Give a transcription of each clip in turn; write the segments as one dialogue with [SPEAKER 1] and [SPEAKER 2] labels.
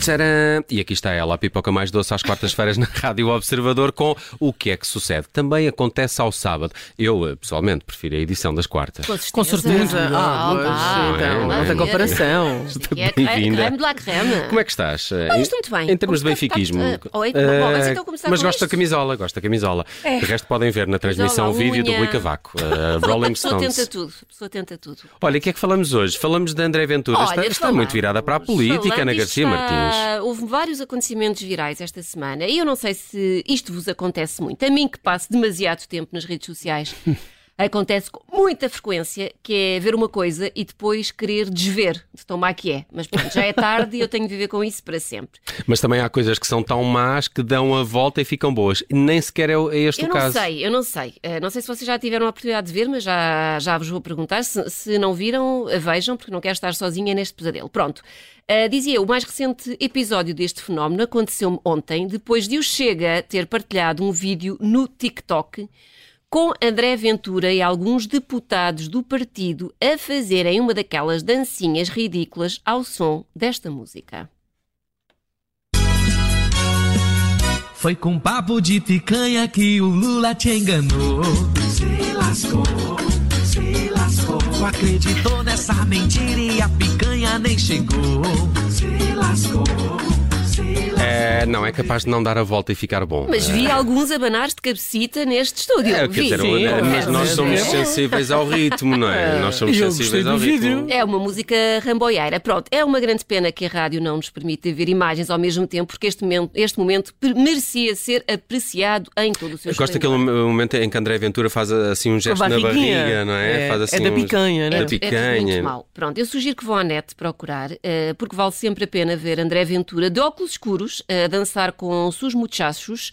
[SPEAKER 1] Tcharam! E aqui está ela, a pipoca mais doce às quartas-feiras na Rádio Observador com o que é que sucede. Também acontece ao sábado. Eu, eh, pessoalmente, prefiro a edição das quartas.
[SPEAKER 2] Com certeza.
[SPEAKER 3] Ah,
[SPEAKER 2] Ah,
[SPEAKER 3] pois,
[SPEAKER 2] pois,
[SPEAKER 1] não é?
[SPEAKER 3] então, alta
[SPEAKER 1] Não é?
[SPEAKER 3] comparação.
[SPEAKER 1] Bem-vinda.
[SPEAKER 2] é Creme de la creme.
[SPEAKER 1] Como é que estás? Eh,
[SPEAKER 2] Bem,
[SPEAKER 1] em-
[SPEAKER 2] Ah, estou muito bem.
[SPEAKER 1] Em termos de
[SPEAKER 2] Como está-
[SPEAKER 1] benfiquismo.
[SPEAKER 2] está- está- oi, bom, mas
[SPEAKER 1] Eh,
[SPEAKER 2] então começar
[SPEAKER 1] mas
[SPEAKER 2] com
[SPEAKER 1] gosto da
[SPEAKER 2] isto.
[SPEAKER 1] camisola, gosto da camisola. De resto podem ver na transmissão
[SPEAKER 2] Camisola,
[SPEAKER 1] vídeo do
[SPEAKER 2] unha.
[SPEAKER 1] Rui Cavaco, eh,
[SPEAKER 2] a
[SPEAKER 1] Rolling
[SPEAKER 2] pessoa tenta
[SPEAKER 1] Stones.
[SPEAKER 2] tudo. A pessoa tenta tudo.
[SPEAKER 1] Olha, o que é que falamos hoje? Falamos de André Ventura. está
[SPEAKER 2] Olha,
[SPEAKER 1] está
[SPEAKER 2] falamos,
[SPEAKER 1] muito virada para a política,
[SPEAKER 2] falamos,
[SPEAKER 1] Ana
[SPEAKER 2] isto
[SPEAKER 1] Garcia
[SPEAKER 2] está-
[SPEAKER 1] Martins.
[SPEAKER 2] Houve vários acontecimentos virais esta semana e eu não sei se isto vos acontece muito. A mim, que passo demasiado tempo nas redes sociais, acontece com muita frequência que é ver uma coisa e depois querer desver de tão má que é. Mas pronto, já é tarde e eu tenho de viver com isso para sempre.
[SPEAKER 1] Mas também há coisas que são tão más que dão a volta e ficam boas. Nem sequer é o- é este
[SPEAKER 2] Eu
[SPEAKER 1] o
[SPEAKER 2] não
[SPEAKER 1] caso.
[SPEAKER 2] sei, eu não sei. Eh, não sei se vocês já tiveram a oportunidade de ver, mas já, já vos vou perguntar. Se, se não viram, eh, vejam, porque não quero estar sozinha neste pesadelo. Pronto. Eh, dizia eu, o mais recente episódio deste fenómeno aconteceu-me ontem, depois de o Chega ter partilhado um vídeo no TikTok com André Ventura e alguns deputados do partido a fazerem uma daquelas dancinhas ridículas ao som desta música.
[SPEAKER 4] Foi com papo de picanha que o Lula te enganou. Se lascou, se lascou. Tu acreditou nessa mentira e a picanha nem chegou. Se lascou, se lascou.
[SPEAKER 1] É, não, é capaz de não dar a volta e ficar bom.
[SPEAKER 2] Mas vi alguns abanar de cabecita neste estúdio.
[SPEAKER 1] Ah. É, quer
[SPEAKER 2] vi.
[SPEAKER 1] dizer,
[SPEAKER 3] Sim,
[SPEAKER 1] olha, mas
[SPEAKER 3] é,
[SPEAKER 1] nós
[SPEAKER 3] é,
[SPEAKER 1] somos
[SPEAKER 3] é.
[SPEAKER 1] sensíveis ao ritmo, não é? Nós somos
[SPEAKER 3] E eu gostei
[SPEAKER 1] sensíveis
[SPEAKER 3] do
[SPEAKER 1] ao ritmo.
[SPEAKER 3] vídeo.
[SPEAKER 2] É uma música ramboieira. Pronto, é uma grande pena que a rádio não nos permita ver imagens ao mesmo tempo, porque este momento, este momento per- merecia ser apreciado em todo o seu
[SPEAKER 1] Eu gosto
[SPEAKER 2] esplendor.
[SPEAKER 1] daquele momento em que André Ventura faz assim um gesto na
[SPEAKER 3] barriguinha.
[SPEAKER 1] barriga, não é?
[SPEAKER 3] É,
[SPEAKER 1] faz
[SPEAKER 3] é
[SPEAKER 1] assim
[SPEAKER 3] da
[SPEAKER 1] uns-
[SPEAKER 3] picanha, né?
[SPEAKER 1] Da
[SPEAKER 3] É- é
[SPEAKER 2] É tudo muito
[SPEAKER 1] picanha.
[SPEAKER 2] mal. Pronto, eu sugiro que vão à net procurar, eh, porque vale sempre a pena ver André Ventura de óculos escuros eh, a dançar com seus muchachos,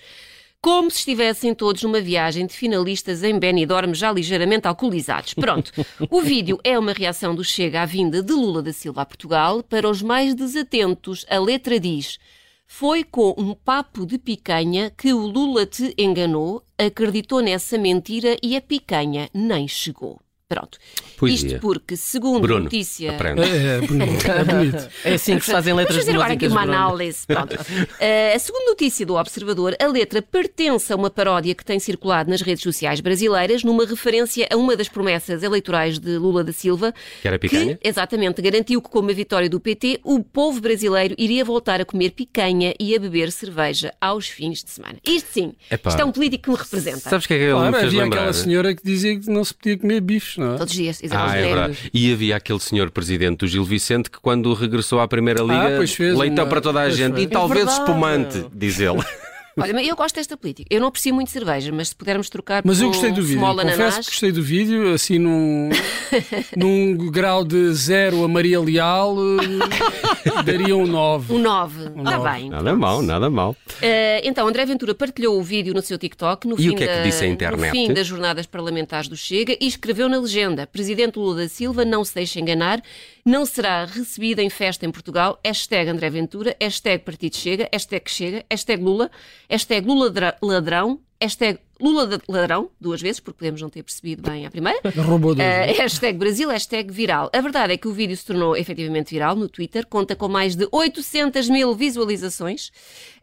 [SPEAKER 2] como se estivessem todos numa viagem de finalistas em Benidorm já ligeiramente alcoolizados. Pronto, o vídeo é uma reação do Chega à vinda de Lula da Silva a Portugal. Para os mais desatentos, a letra diz... Foi com um papo de picanha que o Lula te enganou, acreditou nessa mentira e a picanha nem chegou. Pronto.
[SPEAKER 1] Poesia.
[SPEAKER 2] Isto porque, segundo
[SPEAKER 1] Bruno,
[SPEAKER 2] notícia.
[SPEAKER 1] aprende.
[SPEAKER 5] É, é bonito, é bonito.
[SPEAKER 3] É assim que se fazem
[SPEAKER 2] Vamos
[SPEAKER 3] letras
[SPEAKER 2] fazer
[SPEAKER 3] de
[SPEAKER 2] agora aqui
[SPEAKER 3] músicas,
[SPEAKER 2] uma
[SPEAKER 3] Bruno.
[SPEAKER 2] análise. Pronto. Eh, a segunda notícia do Observador, a letra pertence a uma paródia que tem circulado nas redes sociais brasileiras, numa referência a uma das promessas eleitorais de Lula da Silva.
[SPEAKER 1] Que era picanha?
[SPEAKER 2] exatamente, garantiu que, com a vitória do PT, o povo brasileiro iria voltar a comer picanha e a beber cerveja aos fins de semana. Isto sim,
[SPEAKER 1] Epá.
[SPEAKER 2] isto é um político que me representa.
[SPEAKER 1] Sabes o que é que ele
[SPEAKER 5] Claro,
[SPEAKER 1] me fez
[SPEAKER 5] havia
[SPEAKER 1] lembrar?
[SPEAKER 5] aquela senhora que dizia que não se podia comer bifes, não é?
[SPEAKER 2] Todos os dias, exato.
[SPEAKER 1] Ah, é verdade. E havia aquele senhor presidente do Gil Vicente que, quando regressou à Primeira Liga,
[SPEAKER 5] pois fez
[SPEAKER 1] leitão
[SPEAKER 5] uma-
[SPEAKER 1] para toda a
[SPEAKER 5] pois
[SPEAKER 1] gente
[SPEAKER 5] fez.
[SPEAKER 1] e talvez
[SPEAKER 3] verdade.
[SPEAKER 1] espumante, diz ele.
[SPEAKER 2] Olha, mas eu gosto desta política. Eu não aprecio muito cerveja, mas se pudermos trocar
[SPEAKER 5] Mas eu
[SPEAKER 2] por
[SPEAKER 5] gostei
[SPEAKER 2] um
[SPEAKER 5] do vídeo,
[SPEAKER 2] small
[SPEAKER 5] confesso
[SPEAKER 2] ananás,
[SPEAKER 5] que gostei do vídeo, assim num, num grau de zero a Maria Leal, eh, daria um 9.
[SPEAKER 2] um 9. Está
[SPEAKER 5] nove.
[SPEAKER 2] bem.
[SPEAKER 1] Nada mal, nada mal.
[SPEAKER 2] Eh, então, André Ventura partilhou o vídeo no seu TikTok no,
[SPEAKER 1] E o
[SPEAKER 2] fim,
[SPEAKER 1] que é que
[SPEAKER 2] da-
[SPEAKER 1] disse a internet?
[SPEAKER 2] no fim das jornadas parlamentares do Chega e escreveu na legenda: Presidente Lula da Silva, não se deixe enganar, não será recebido em festa em Portugal. Hashtag André Ventura, hashtag Partido Chega, hashtag Chega, hashtag Lula, hashtag Lula dra- ladrão, hashtag Lula da- ladrão, duas vezes, porque podemos não ter percebido bem a primeira.
[SPEAKER 5] Roubou dois.
[SPEAKER 3] é?
[SPEAKER 2] Eh, hashtag Brasil, hashtag viral. A verdade é que o vídeo se tornou efetivamente viral no Twitter, conta com mais de 800 mil visualizações,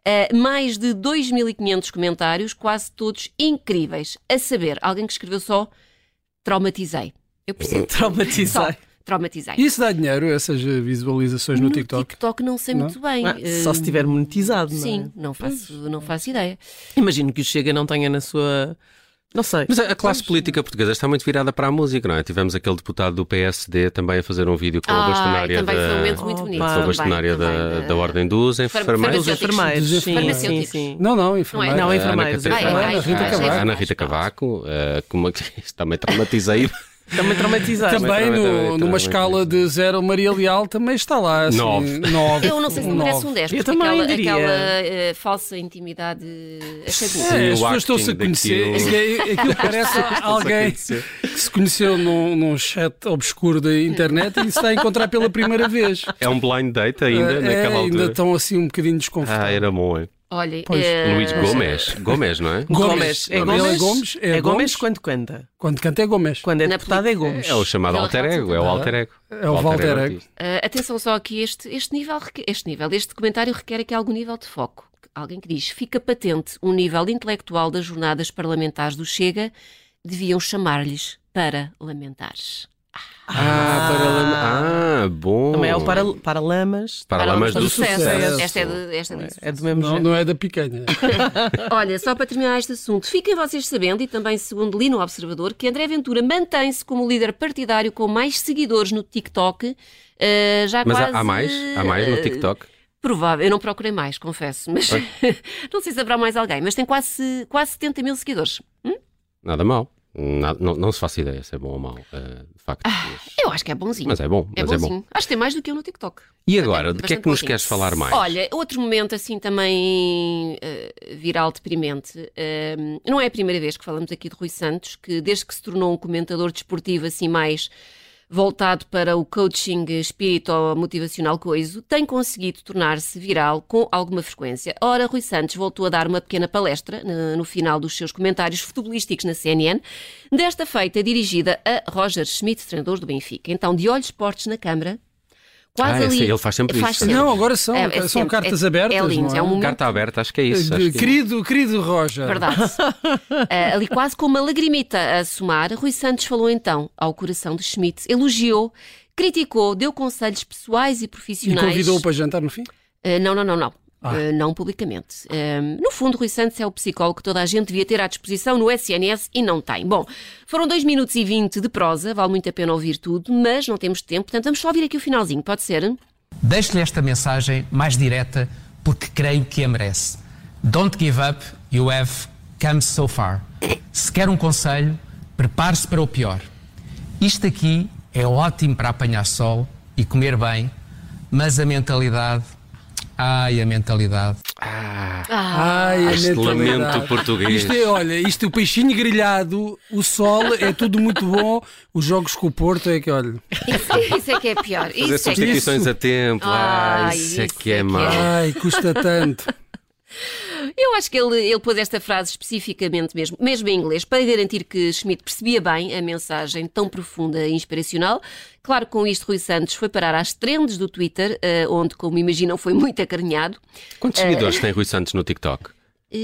[SPEAKER 2] eh, mais de 2.500 comentários, quase todos incríveis. A saber, alguém que escreveu só traumatizei. Eu percebo. Só
[SPEAKER 3] Traumatizei.
[SPEAKER 2] traumatizei.
[SPEAKER 5] E Isso dá dinheiro, essas eh,
[SPEAKER 3] é
[SPEAKER 5] visualizações no,
[SPEAKER 2] No
[SPEAKER 5] TikTok?
[SPEAKER 2] não sei
[SPEAKER 5] Não?
[SPEAKER 2] muito bem.
[SPEAKER 3] Ah,
[SPEAKER 2] Eh,
[SPEAKER 3] Só se tiver monetizado, não é?
[SPEAKER 2] Sim, não faço, não faço ideia.
[SPEAKER 3] Imagino que o Chega não tenha na sua. Não sei.
[SPEAKER 1] Mas é a, a classe política portuguesa está muito virada para a música, não é? Tivemos aquele deputado do PSD também a fazer um vídeo com a bastonária
[SPEAKER 2] também
[SPEAKER 1] da,
[SPEAKER 2] foi um momento muito
[SPEAKER 3] Oh,
[SPEAKER 2] bonito.
[SPEAKER 3] pá.
[SPEAKER 1] com a
[SPEAKER 2] também,
[SPEAKER 1] bastonária
[SPEAKER 2] também, eh,
[SPEAKER 1] da, da Ordem dos Enfermeiros.
[SPEAKER 3] Os
[SPEAKER 2] farmacêuticos.
[SPEAKER 3] enfermeiros.
[SPEAKER 5] Dos
[SPEAKER 3] Sim, sim,
[SPEAKER 2] farmacêuticos.
[SPEAKER 3] sim.
[SPEAKER 5] Não, eh, não,
[SPEAKER 2] é?
[SPEAKER 5] enfermeiro.
[SPEAKER 3] Não,
[SPEAKER 1] A
[SPEAKER 3] enfermeiros.
[SPEAKER 1] Ana, Catarina-
[SPEAKER 2] Ai, ai,
[SPEAKER 1] Ana Rita
[SPEAKER 2] ai,
[SPEAKER 1] Cavaco,
[SPEAKER 2] ai,
[SPEAKER 1] Ana
[SPEAKER 2] ai,
[SPEAKER 1] Rita
[SPEAKER 2] ai,
[SPEAKER 1] Cavaco, eh, como é que isto também traumatizei.
[SPEAKER 3] Também traumatizado.
[SPEAKER 5] Também
[SPEAKER 1] Também,
[SPEAKER 5] no-
[SPEAKER 1] também, também.
[SPEAKER 5] numa escala de zero a Maria Leal também está lá. Assim,
[SPEAKER 1] Nove.
[SPEAKER 5] nove,
[SPEAKER 2] Eu não sei se me
[SPEAKER 5] um
[SPEAKER 2] merece
[SPEAKER 5] nove.
[SPEAKER 2] um 10,
[SPEAKER 3] Eu
[SPEAKER 2] porque
[SPEAKER 3] também
[SPEAKER 2] aquela,
[SPEAKER 3] diria.
[SPEAKER 2] aquela, eh, falsa intimidade eh, achei bonito.
[SPEAKER 1] Sim,
[SPEAKER 5] É, as
[SPEAKER 1] o
[SPEAKER 5] pessoas estão-se a
[SPEAKER 1] acting
[SPEAKER 5] conhecer. É
[SPEAKER 1] daquilo.
[SPEAKER 5] Aquilo, aquilo parece alguém que se conheceu num, num chat obscuro da internet e se está a encontrar pela primeira vez.
[SPEAKER 1] É um blind date ainda,
[SPEAKER 5] É,
[SPEAKER 1] naquela
[SPEAKER 5] ainda
[SPEAKER 1] altura.
[SPEAKER 5] estão assim um bocadinho
[SPEAKER 1] Ah,
[SPEAKER 5] desconfortáveis.
[SPEAKER 1] era bom, é.
[SPEAKER 2] Olha,
[SPEAKER 5] Pois.
[SPEAKER 2] eh,
[SPEAKER 1] Luís Gomes. Gomes, não é?
[SPEAKER 5] Gomes.
[SPEAKER 3] É
[SPEAKER 5] Ele é
[SPEAKER 3] Gomes.
[SPEAKER 5] Gomes, é
[SPEAKER 3] É
[SPEAKER 5] Gomes.
[SPEAKER 3] Gomes quando canta.
[SPEAKER 5] Quando canta é Gomes.
[SPEAKER 3] Quando é
[SPEAKER 2] Na
[SPEAKER 3] deputado é Gomes.
[SPEAKER 1] É o chamado
[SPEAKER 2] Ele
[SPEAKER 1] alter
[SPEAKER 2] é
[SPEAKER 1] ego, é o alter ego.
[SPEAKER 5] É o alter ego.
[SPEAKER 1] artista.
[SPEAKER 2] eh, atenção só aqui, este, este nível, requ- este nível, este comentário requer aqui algum nível de foco. Alguém que diz, fica patente o nível intelectual das jornadas parlamentares do Chega, deviam chamar-lhes para lamentares.
[SPEAKER 1] Ah, para lama- Ah, bom.
[SPEAKER 3] Também é o para, para lamas.
[SPEAKER 1] Para lamas do
[SPEAKER 5] sucesso.
[SPEAKER 1] sucesso.
[SPEAKER 2] Esta é de, esta é do sucesso.
[SPEAKER 3] É do mesmo
[SPEAKER 5] Não,
[SPEAKER 3] género.
[SPEAKER 5] não é da picanha.
[SPEAKER 2] Olha, só para terminar este assunto, fiquem vocês sabendo, e também segundo li no Observador, que André Ventura mantém-se como líder partidário com mais seguidores no TikTok. eh, já
[SPEAKER 1] Mas
[SPEAKER 2] quase,
[SPEAKER 1] há, há mais? Há mais no
[SPEAKER 2] eh,
[SPEAKER 1] TikTok?
[SPEAKER 2] Provável, eu não procurei mais, confesso, mas não sei se haverá mais alguém, mas tem quase, quase 70 mil seguidores.
[SPEAKER 1] Nada mal. Nada- não, não se faça ideia se é bom ou mau. eh, de facto. mas-
[SPEAKER 2] Eu acho que é bonzinho.
[SPEAKER 1] Mas é bom.
[SPEAKER 2] é
[SPEAKER 1] Mas é bom.
[SPEAKER 2] bonzinho. Acho que tem mais do que eu no TikTok.
[SPEAKER 1] E agora, de
[SPEAKER 2] Bastante
[SPEAKER 1] que é que nos
[SPEAKER 2] bonzinho.
[SPEAKER 1] queres falar mais?
[SPEAKER 2] Olha, outro momento assim também eh, viral deprimente. Eh, não é a primeira vez que falamos aqui de Rui Santos, que desde que se tornou um comentador desportivo assim mais voltado para o coaching espírito motivacional coiso, tem conseguido tornar-se viral com alguma frequência. Ora, Rui Santos voltou a dar uma pequena palestra eh, no final dos seus comentários futebolísticos na CNN, desta feita dirigida a Roger Schmidt, treinador do Benfica. Então, de olhos postos na câmara, quase
[SPEAKER 1] Ah,
[SPEAKER 2] ali...
[SPEAKER 1] esse- ele faz sempre isso.
[SPEAKER 2] sempre.
[SPEAKER 5] Não, agora são- são
[SPEAKER 2] sempre-
[SPEAKER 5] cartas
[SPEAKER 2] é-
[SPEAKER 5] abertas,
[SPEAKER 2] É lindo,
[SPEAKER 5] não é?
[SPEAKER 2] é um momento
[SPEAKER 1] Carta aberta, acho que é isso.
[SPEAKER 5] De-
[SPEAKER 1] acho que-
[SPEAKER 5] querido, querido Roger.
[SPEAKER 2] É Verdade. Ah, ali quase com uma lagrimita a somar, Rui Santos falou então ao coração de Schmidt, elogiou, criticou, deu conselhos pessoais e
[SPEAKER 5] E
[SPEAKER 2] profissionais.
[SPEAKER 5] convidou-o para jantar no fim?
[SPEAKER 2] Ah, não, não, não, não.
[SPEAKER 5] Ah.
[SPEAKER 2] Ah, não publicamente. Ah, no fundo, Rui Santos é o psicólogo que toda a gente devia ter à disposição no SNS e não tem. Bom, foram 2 minutos e 20 de prosa, vale muito a pena ouvir tudo, mas não temos tempo, portanto vamos só ouvir aqui o finalzinho, pode ser?
[SPEAKER 6] Deixo-lhe esta mensagem mais direta porque creio que a merece. Don't give up, you have come so far. Se quer um conselho, prepare-se para o pior. Isto aqui é ótimo para apanhar sol e comer bem, mas a mentalidade. Ai, a mentalidade.
[SPEAKER 5] Ai, a
[SPEAKER 1] Este
[SPEAKER 5] mentalidade.
[SPEAKER 1] lamento português.
[SPEAKER 5] Isto é, olha, isto o peixinho grelhado, o sol, é tudo muito bom. Os jogos com o Porto é que, olha.
[SPEAKER 2] Isso, isso é que é pior.
[SPEAKER 1] Fazer
[SPEAKER 2] Isso é que...
[SPEAKER 1] substituições a tempo. Ah,
[SPEAKER 2] Ai,
[SPEAKER 1] isso é que é mau.
[SPEAKER 5] Ai, custa tanto.
[SPEAKER 2] Eu acho que ele, ele pôs esta frase especificamente mesmo, mesmo em inglês, para garantir que Schmidt percebia bem a mensagem tão profunda e inspiracional. Claro, com isto, Rui Santos foi parar às trendes do Twitter, eh, onde, como imaginam, foi muito acarinhado. É.
[SPEAKER 1] Quantos seguidores tem Rui Santos no TikTok?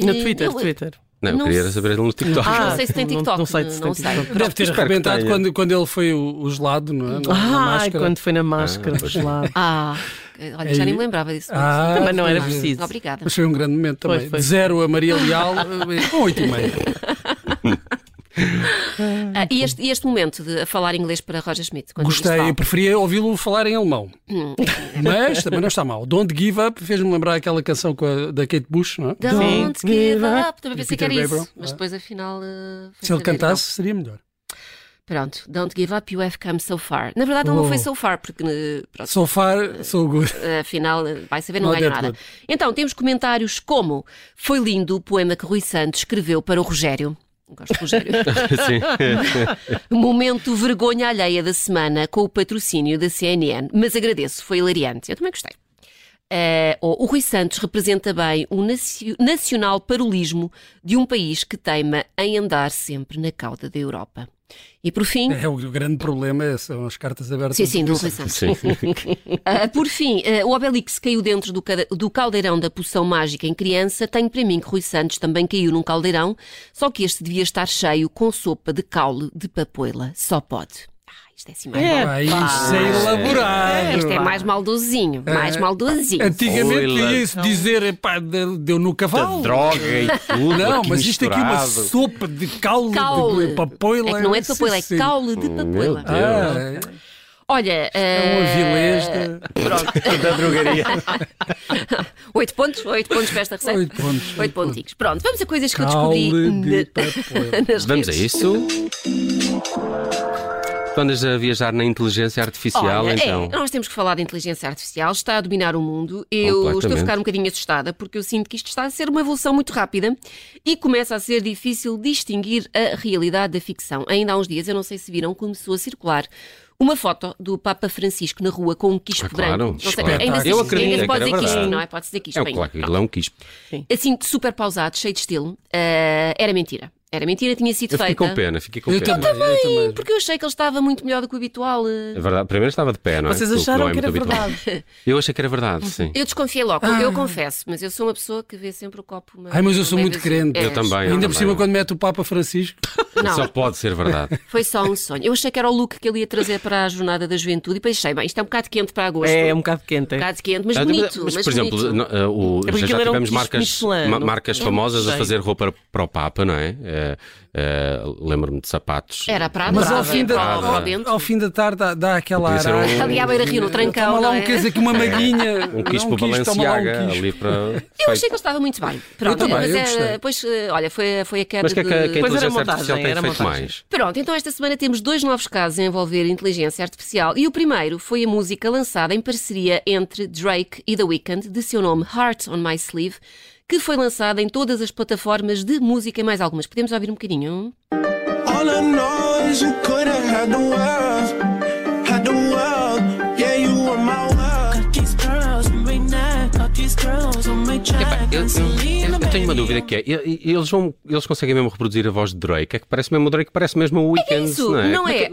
[SPEAKER 3] No
[SPEAKER 2] Eh,
[SPEAKER 3] Twitter,
[SPEAKER 2] eu-
[SPEAKER 3] Twitter.
[SPEAKER 1] Não, eu
[SPEAKER 2] Não
[SPEAKER 1] queria
[SPEAKER 2] sei.
[SPEAKER 1] saber ele no TikTok.
[SPEAKER 2] Ah, não sei se tem
[SPEAKER 3] não-
[SPEAKER 2] TikTok,
[SPEAKER 3] não sei se tem
[SPEAKER 2] não sei.
[SPEAKER 3] TikTok.
[SPEAKER 5] Deve ter
[SPEAKER 1] Espero que
[SPEAKER 5] arrebentado
[SPEAKER 1] tenha.
[SPEAKER 5] quando, quando ele foi o, o gelado, não é? Na- na
[SPEAKER 3] Ah,
[SPEAKER 5] máscara.
[SPEAKER 3] quando foi na máscara,
[SPEAKER 1] pois.
[SPEAKER 3] gelado.
[SPEAKER 2] Ah, olha, já nem me lembrava disso.
[SPEAKER 5] Ah,
[SPEAKER 3] Também não era
[SPEAKER 5] pois é.
[SPEAKER 3] preciso.
[SPEAKER 2] Obrigada.
[SPEAKER 5] Mas foi um grande momento também.
[SPEAKER 3] Foi, foi.
[SPEAKER 5] De zero a Maria Leal, eh, com oito e meio.
[SPEAKER 2] Ah, e, este, e este momento de a falar inglês para Roger Schmidt? quando isto
[SPEAKER 5] Gostei,
[SPEAKER 2] fala?
[SPEAKER 5] eu preferia ouvi-lo falar em alemão.
[SPEAKER 3] Hum.
[SPEAKER 5] Mas também não está mal. Don't Give Up fez-me lembrar aquela canção com a- da Kate Bush, não é?
[SPEAKER 2] Don't
[SPEAKER 3] Sim.
[SPEAKER 2] give up. Também pensei que
[SPEAKER 5] Peter
[SPEAKER 2] era isso.
[SPEAKER 5] Gabriel.
[SPEAKER 2] Mas
[SPEAKER 5] Ah.
[SPEAKER 2] depois, afinal. eh, foi
[SPEAKER 5] Se ele
[SPEAKER 2] saber, não.
[SPEAKER 5] cantasse,
[SPEAKER 3] então.
[SPEAKER 5] seria melhor.
[SPEAKER 2] Pronto, don't give up, you have come so far. Na verdade, ele não
[SPEAKER 5] Oh.
[SPEAKER 2] foi so far, porque eh, pronto,
[SPEAKER 5] So far, so good.
[SPEAKER 2] afinal, eh, vai saber, não
[SPEAKER 5] Not
[SPEAKER 2] ganha
[SPEAKER 5] that
[SPEAKER 2] nada.
[SPEAKER 5] good.
[SPEAKER 2] Então, temos comentários como foi lindo o poema que Rui Santos escreveu para o Rogério. Gosto de Rogério. Momento vergonha alheia da semana com o patrocínio da CNN. Mas agradeço, foi hilariante. Eu também gostei. Eh, o- o Rui Santos representa bem o nacio- nacional parolismo de um país que teima em andar sempre na cauda da Europa. E por fim,
[SPEAKER 5] É, o grande problema é, são as cartas abertas.
[SPEAKER 2] Sim, sim, do Rui Santos.
[SPEAKER 1] Sim.
[SPEAKER 2] Ah, por fim, ah, o Obelix caiu dentro do, cade- do caldeirão da poção mágica em criança. Tenho para mim que Rui Santos também caiu num caldeirão, só que este devia estar cheio com sopa de caule de papoila. Só pode. Ah, isto é assim mais mal.
[SPEAKER 5] Ah, isso é elaborado.
[SPEAKER 2] Isto é mais maldozinho,
[SPEAKER 5] Ah,
[SPEAKER 2] mais maldozinho.
[SPEAKER 5] Antigamente
[SPEAKER 1] Oila.
[SPEAKER 5] ia-se dizer, pá, de- deu no cavalo.
[SPEAKER 1] Droga e tudo.
[SPEAKER 5] Não,
[SPEAKER 1] aqui
[SPEAKER 5] mas isto aqui é uma
[SPEAKER 1] misturado.
[SPEAKER 5] sopa de caule,
[SPEAKER 2] Caule.
[SPEAKER 5] de papoila.
[SPEAKER 2] É que não é de papoila, é
[SPEAKER 5] Sim, sim.
[SPEAKER 2] caule de
[SPEAKER 1] Oh, Meu
[SPEAKER 2] papoila.
[SPEAKER 1] Deus.
[SPEAKER 5] Ah,
[SPEAKER 2] Olha,
[SPEAKER 5] é um
[SPEAKER 2] ah,
[SPEAKER 5] avilés de...
[SPEAKER 1] Da drogaria.
[SPEAKER 2] oito pontos, oito pontos para esta receita.
[SPEAKER 5] Oito pontos.
[SPEAKER 2] Oito pontinhos. Pronto, vamos a coisas que eu descobri
[SPEAKER 5] Caule de
[SPEAKER 2] na-
[SPEAKER 5] papoila.
[SPEAKER 2] nas
[SPEAKER 1] Vamos a
[SPEAKER 2] redes.
[SPEAKER 1] isso. Tu andas a viajar na inteligência artificial,
[SPEAKER 2] Olha,
[SPEAKER 1] então.
[SPEAKER 2] é, nós temos que falar de inteligência artificial, está a dominar o mundo. Eu
[SPEAKER 1] Completamente.
[SPEAKER 2] estou a ficar um bocadinho assustada porque eu sinto que isto está a ser uma evolução muito rápida e começa a ser difícil distinguir a realidade da ficção. Ainda há uns dias, eu não sei se viram, começou a circular uma foto do Papa Francisco na rua com um quispo
[SPEAKER 1] Ah, claro,
[SPEAKER 2] branco. Não sei,
[SPEAKER 1] claro.
[SPEAKER 2] ainda se-
[SPEAKER 1] Eu
[SPEAKER 2] ainda se
[SPEAKER 1] acredito que
[SPEAKER 2] pode
[SPEAKER 1] era
[SPEAKER 2] dizer quispo,
[SPEAKER 1] verdade.
[SPEAKER 2] não é? Pode dizer quispo
[SPEAKER 1] É o
[SPEAKER 2] ainda.
[SPEAKER 1] claro, não quis.
[SPEAKER 2] Assim, super pausado, cheio de estilo. Ah, era mentira. Era mentira, tinha sido
[SPEAKER 1] Eu fiquei
[SPEAKER 2] feita.
[SPEAKER 1] com pena, fiquei com
[SPEAKER 5] Eu
[SPEAKER 1] pena.
[SPEAKER 5] também, eu também.
[SPEAKER 2] Porque eu achei que ele estava muito melhor do que o habitual. ah,
[SPEAKER 1] É verdade, primeiro estava de pé, não é?
[SPEAKER 3] Vocês
[SPEAKER 1] O não
[SPEAKER 3] acharam
[SPEAKER 1] é
[SPEAKER 3] que era
[SPEAKER 1] muito habitual.
[SPEAKER 3] verdade.
[SPEAKER 1] Eu achei que era verdade, sim.
[SPEAKER 2] Eu desconfiei logo, eu confesso, mas eu sou uma pessoa que vê sempre o copo. uma-
[SPEAKER 5] Ah. Ai, mas eu sou
[SPEAKER 2] uma
[SPEAKER 5] muito
[SPEAKER 2] vez- É.
[SPEAKER 5] crente.
[SPEAKER 1] Eu
[SPEAKER 2] És.
[SPEAKER 1] também. eu
[SPEAKER 5] Ainda
[SPEAKER 1] também.
[SPEAKER 5] por cima, quando mete o Papa Francisco,
[SPEAKER 2] Não,
[SPEAKER 1] Só pode ser verdade.
[SPEAKER 2] foi só um sonho. Eu achei que era o look que ele ia trazer para a jornada da juventude e pensei, bem, isto é um bocado quente para agosto.
[SPEAKER 3] É, é um
[SPEAKER 2] um
[SPEAKER 3] bocado quente. é.
[SPEAKER 2] bocado quente, mas
[SPEAKER 1] Ah,
[SPEAKER 2] bonito.
[SPEAKER 1] mas,
[SPEAKER 2] mas
[SPEAKER 1] por exemplo,
[SPEAKER 2] bonito.
[SPEAKER 1] no- ah, o-
[SPEAKER 3] É porque
[SPEAKER 1] já, já
[SPEAKER 3] aquilo era um
[SPEAKER 1] tivemos
[SPEAKER 3] quiche
[SPEAKER 1] marcas,
[SPEAKER 3] Michelin,
[SPEAKER 1] ma-
[SPEAKER 3] não-
[SPEAKER 1] marcas
[SPEAKER 3] não
[SPEAKER 1] famosas a
[SPEAKER 3] sei.
[SPEAKER 1] fazer roupa para o Papa, não é? Eh, eh, Lembro-me de sapatos.
[SPEAKER 2] Era a Prada,
[SPEAKER 5] mas
[SPEAKER 2] Prada,
[SPEAKER 5] ao fim,
[SPEAKER 2] Prada,
[SPEAKER 5] da,
[SPEAKER 1] Prada.
[SPEAKER 2] ao dentro.
[SPEAKER 5] ao fim da tarde dá, dá aquela
[SPEAKER 1] Podia ser um-
[SPEAKER 5] aragem.
[SPEAKER 2] Ali à beira-rio, no trancão,
[SPEAKER 5] Toma lá
[SPEAKER 2] não é?
[SPEAKER 5] um queijo aqui, uma maguinha.
[SPEAKER 1] Um quispo
[SPEAKER 5] Dá quiche, toma lá um
[SPEAKER 1] Balenciaga
[SPEAKER 5] quispo.
[SPEAKER 1] ali para.
[SPEAKER 2] Eu achei que ele estava muito bem. Pronto,
[SPEAKER 5] também,
[SPEAKER 2] mas
[SPEAKER 5] eu
[SPEAKER 2] eh,
[SPEAKER 5] gostei.
[SPEAKER 2] pois, eh, olha, foi, foi a queda
[SPEAKER 1] Mas o que é que a, que a
[SPEAKER 2] de...
[SPEAKER 3] Pois era
[SPEAKER 1] inteligência artificial
[SPEAKER 3] montagem,
[SPEAKER 1] tem
[SPEAKER 3] era
[SPEAKER 1] feito
[SPEAKER 3] montagem.
[SPEAKER 1] mais?
[SPEAKER 2] Pronto, então esta semana temos dois novos casos a envolver inteligência artificial e o primeiro foi a música lançada em parceria entre Drake e The Weeknd, de seu nome Heart on My Sleeve, que foi lançada em todas as plataformas de música e mais algumas. Podemos ouvir um bocadinho?
[SPEAKER 7] All I know is you could've had the world, had the world. Yeah, you were my world.
[SPEAKER 8] these girls on my neck, got these girls on my jacket.
[SPEAKER 1] Epá, eu, eu- eu- eu tenho uma dúvida que é, e- e- eles, vão, eles conseguem mesmo reproduzir a voz de Drake, é que parece mesmo o Drake, parece mesmo o Weekend,
[SPEAKER 2] Isso,
[SPEAKER 1] não é?
[SPEAKER 2] não é?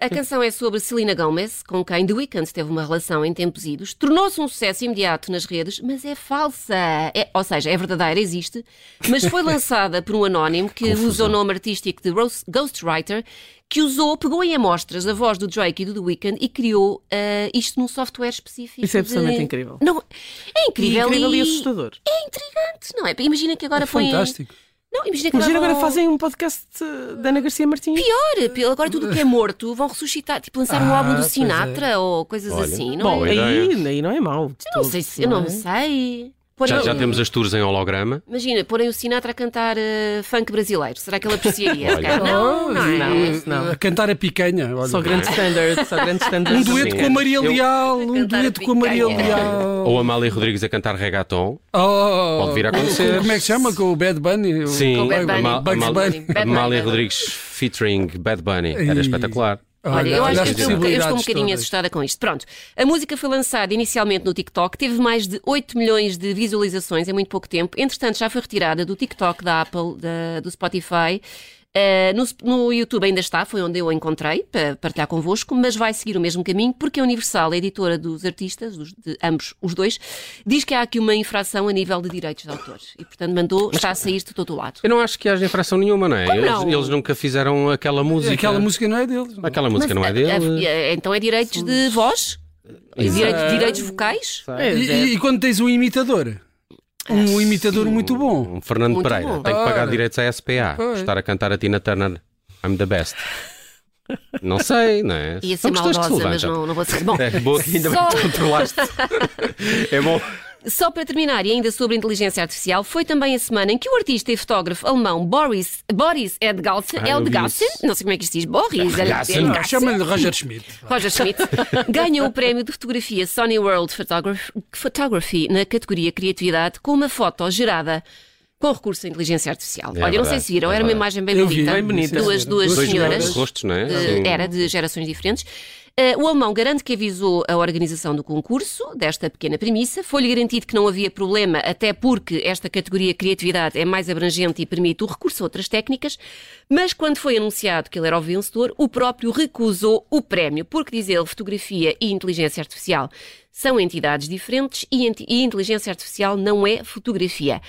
[SPEAKER 2] Ah, a canção é sobre Selena Gomez, com quem The Weeknd teve uma relação em tempos idos. Tornou-se um sucesso imediato nas redes, mas é falsa. É- ou seja, é verdadeira, existe, mas foi lançada por um anónimo que usou o nome artístico de Rose- Ghostwriter, que usou, pegou em amostras a voz do Drake e do The Weeknd e criou ah, isto num software específico.
[SPEAKER 3] Isso é
[SPEAKER 2] de-
[SPEAKER 3] absolutamente incrível.
[SPEAKER 2] Não, é
[SPEAKER 3] E
[SPEAKER 2] incrível,
[SPEAKER 3] incrível
[SPEAKER 2] e
[SPEAKER 3] e assustador.
[SPEAKER 2] É intrigante, não é? Imagina que agora
[SPEAKER 5] É
[SPEAKER 2] põem-
[SPEAKER 5] fantástico.
[SPEAKER 2] Não, imagina que
[SPEAKER 3] Imagina agora
[SPEAKER 2] vão-
[SPEAKER 3] fazem um podcast eh, da Ana Garcia Martins.
[SPEAKER 2] pior, pior. Agora tudo o que é morto vão ressuscitar, tipo lançar um
[SPEAKER 5] Ah,
[SPEAKER 2] álbum do
[SPEAKER 5] pois é.
[SPEAKER 2] Sinatra ou coisas
[SPEAKER 1] Olha,
[SPEAKER 2] assim, não
[SPEAKER 1] bom,
[SPEAKER 2] é?
[SPEAKER 1] é-
[SPEAKER 3] Aí,
[SPEAKER 1] ideia.
[SPEAKER 3] aí não é mau. de
[SPEAKER 2] Não
[SPEAKER 3] todo,
[SPEAKER 2] sei se, eu não
[SPEAKER 3] é?
[SPEAKER 2] sei. Porem-
[SPEAKER 1] Já, já temos as tours em holograma.
[SPEAKER 2] Imagina, porem o Sinatra a cantar eh, funk brasileiro. Será que ele apreciaria?
[SPEAKER 1] Olha.
[SPEAKER 2] Cara, Não, não, é?
[SPEAKER 3] Não, isso não.
[SPEAKER 5] A cantar a picanha. olha.
[SPEAKER 3] Só grande standard, só grande standard.
[SPEAKER 5] Um dueto
[SPEAKER 1] Sim,
[SPEAKER 5] com a Maria
[SPEAKER 1] eu-
[SPEAKER 5] Leal, um
[SPEAKER 2] Cantar a
[SPEAKER 5] dueto com a Maria
[SPEAKER 2] picanha.
[SPEAKER 5] Leal.
[SPEAKER 1] Ou a Amália Rodrigues a cantar reggaeton.
[SPEAKER 5] Oh,
[SPEAKER 1] Pode vir a acontecer.
[SPEAKER 5] Como é que se chama? Com o Bad Bunny? O-
[SPEAKER 1] Sim,
[SPEAKER 2] Com o Bad Bunny.
[SPEAKER 1] Ama-
[SPEAKER 5] Bugs
[SPEAKER 1] Ama-
[SPEAKER 5] Bunny.
[SPEAKER 2] Bad Bunny,
[SPEAKER 1] Amália
[SPEAKER 2] Bad
[SPEAKER 1] Rodrigues featuring Bad Bunny. Era
[SPEAKER 5] Ih.
[SPEAKER 1] espetacular.
[SPEAKER 2] Olha, eu acho
[SPEAKER 5] as
[SPEAKER 2] que eu estou, eu estou um
[SPEAKER 5] possibilidades
[SPEAKER 2] bocadinho
[SPEAKER 5] todas.
[SPEAKER 2] assustada com isto. Pronto, a música foi lançada inicialmente no TikTok, teve mais de 8 milhões de visualizações em muito pouco tempo. Entretanto, já foi retirada do TikTok, da Apple, da- do Spotify. Eh, no, Sp- no YouTube ainda está, foi onde eu a encontrei para partilhar convosco, mas vai seguir o mesmo caminho porque a Universal, a editora dos artistas, dos- de ambos os dois, diz que há aqui uma infração a nível de direitos de autor e, portanto, mandou, está a sair de todo o lado.
[SPEAKER 1] Eu não acho que haja infração nenhuma, não é? Eles,
[SPEAKER 2] não?
[SPEAKER 1] eles nunca fizeram aquela música.
[SPEAKER 5] Aquela música não é deles. não é?
[SPEAKER 1] Aquela música não é dele.
[SPEAKER 2] Eh, Então é direitos de voz? Direitos, direitos vocais?
[SPEAKER 3] É,
[SPEAKER 5] E,
[SPEAKER 3] é.
[SPEAKER 5] e- e quando tens um imitador? Um imitador muito bom.
[SPEAKER 1] Um Fernando
[SPEAKER 2] Muito
[SPEAKER 1] Pereira.
[SPEAKER 2] bom.
[SPEAKER 1] Tem que pagar
[SPEAKER 5] Ora.
[SPEAKER 1] direitos à SPA.
[SPEAKER 5] Pois.
[SPEAKER 1] Estar a cantar a Tina Turner. I'm the best. Não sei, não é?
[SPEAKER 2] Ia ser
[SPEAKER 1] São questões que se
[SPEAKER 2] maldosa, mas
[SPEAKER 1] levantam.
[SPEAKER 2] não, não vou ser. Bom,
[SPEAKER 1] É, boa, ainda bem
[SPEAKER 2] Só-
[SPEAKER 1] que controlaste. É bom.
[SPEAKER 2] só para terminar, e ainda sobre inteligência artificial, foi também a semana em que o artista e fotógrafo alemão Boris, Boris Edgalsen,
[SPEAKER 1] Ah, eu vi
[SPEAKER 2] Edgalsen,
[SPEAKER 1] isso.
[SPEAKER 2] não sei como é que isto diz, Boris
[SPEAKER 1] Edgalsen.
[SPEAKER 5] Ah,
[SPEAKER 2] Edgalsen,
[SPEAKER 5] Chama-lhe Roger Schmidt.
[SPEAKER 2] Roger Schmidt, ganhou o prémio de fotografia Sony World Photograph- Photography na categoria Criatividade com uma foto gerada com recurso à inteligência artificial.
[SPEAKER 1] É
[SPEAKER 2] Olha, eu não sei
[SPEAKER 1] verdade,
[SPEAKER 2] se viram,
[SPEAKER 1] é
[SPEAKER 2] era uma
[SPEAKER 1] verdade.
[SPEAKER 2] imagem bem
[SPEAKER 5] Eu vi,
[SPEAKER 2] bonita.
[SPEAKER 5] bem bonita.
[SPEAKER 2] Duas, duas
[SPEAKER 5] Dois
[SPEAKER 2] senhoras.
[SPEAKER 5] Mas-
[SPEAKER 1] Rostos, não é?
[SPEAKER 2] de-
[SPEAKER 1] Sim.
[SPEAKER 2] era de gerações diferentes. Eh, o alemão garante que avisou a organização do concurso desta pequena premissa. Foi-lhe garantido que não havia problema, até porque esta categoria criatividade é mais abrangente e permite o recurso a outras técnicas. Mas quando foi anunciado que ele era o vencedor, o próprio recusou o prémio, porque diz ele, fotografia e inteligência artificial são entidades diferentes e, enti- e inteligência artificial não é fotografia.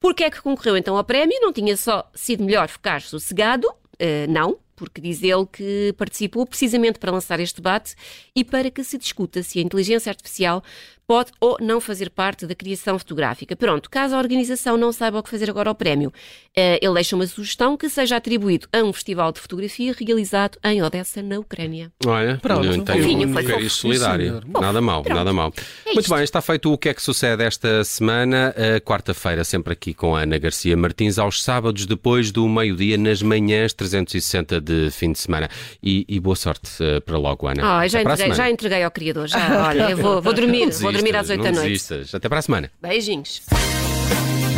[SPEAKER 2] Porquê é que concorreu então ao prémio? Não tinha só sido melhor ficar sossegado, eh, não, porque diz ele que participou precisamente para lançar este debate e para que se discuta se a inteligência artificial pode ou não fazer parte da criação fotográfica. Pronto, caso a organização não saiba o que fazer agora ao prémio, eh, ele deixa uma sugestão que seja atribuído a um festival de fotografia realizado em Odessa, na Ucrânia.
[SPEAKER 1] Olha,
[SPEAKER 3] Pronto.
[SPEAKER 1] eu entendo.
[SPEAKER 2] Fofinho, foi
[SPEAKER 1] Eu quero
[SPEAKER 2] fofo.
[SPEAKER 1] isso solidário.
[SPEAKER 5] Sim,
[SPEAKER 1] nada mal, nada mal. Muito
[SPEAKER 2] É isto.
[SPEAKER 1] bem, está feito o que é que sucede esta semana. A Quarta-feira, sempre aqui com a Ana Garcia Martins, aos sábados, depois do meio-dia, nas manhãs 360 de fim de semana. E, e boa sorte eh, para logo, Ana.
[SPEAKER 2] Ah,
[SPEAKER 1] Até
[SPEAKER 2] já
[SPEAKER 1] para a semana.
[SPEAKER 2] entreguei, já entreguei ao criador. Já, olha, eu vou, vou dormir,
[SPEAKER 1] Não
[SPEAKER 2] vou dormir às
[SPEAKER 1] desistas,
[SPEAKER 2] 8
[SPEAKER 1] não
[SPEAKER 2] da noite.
[SPEAKER 1] desistas. Até para a semana.
[SPEAKER 2] Beijinhos.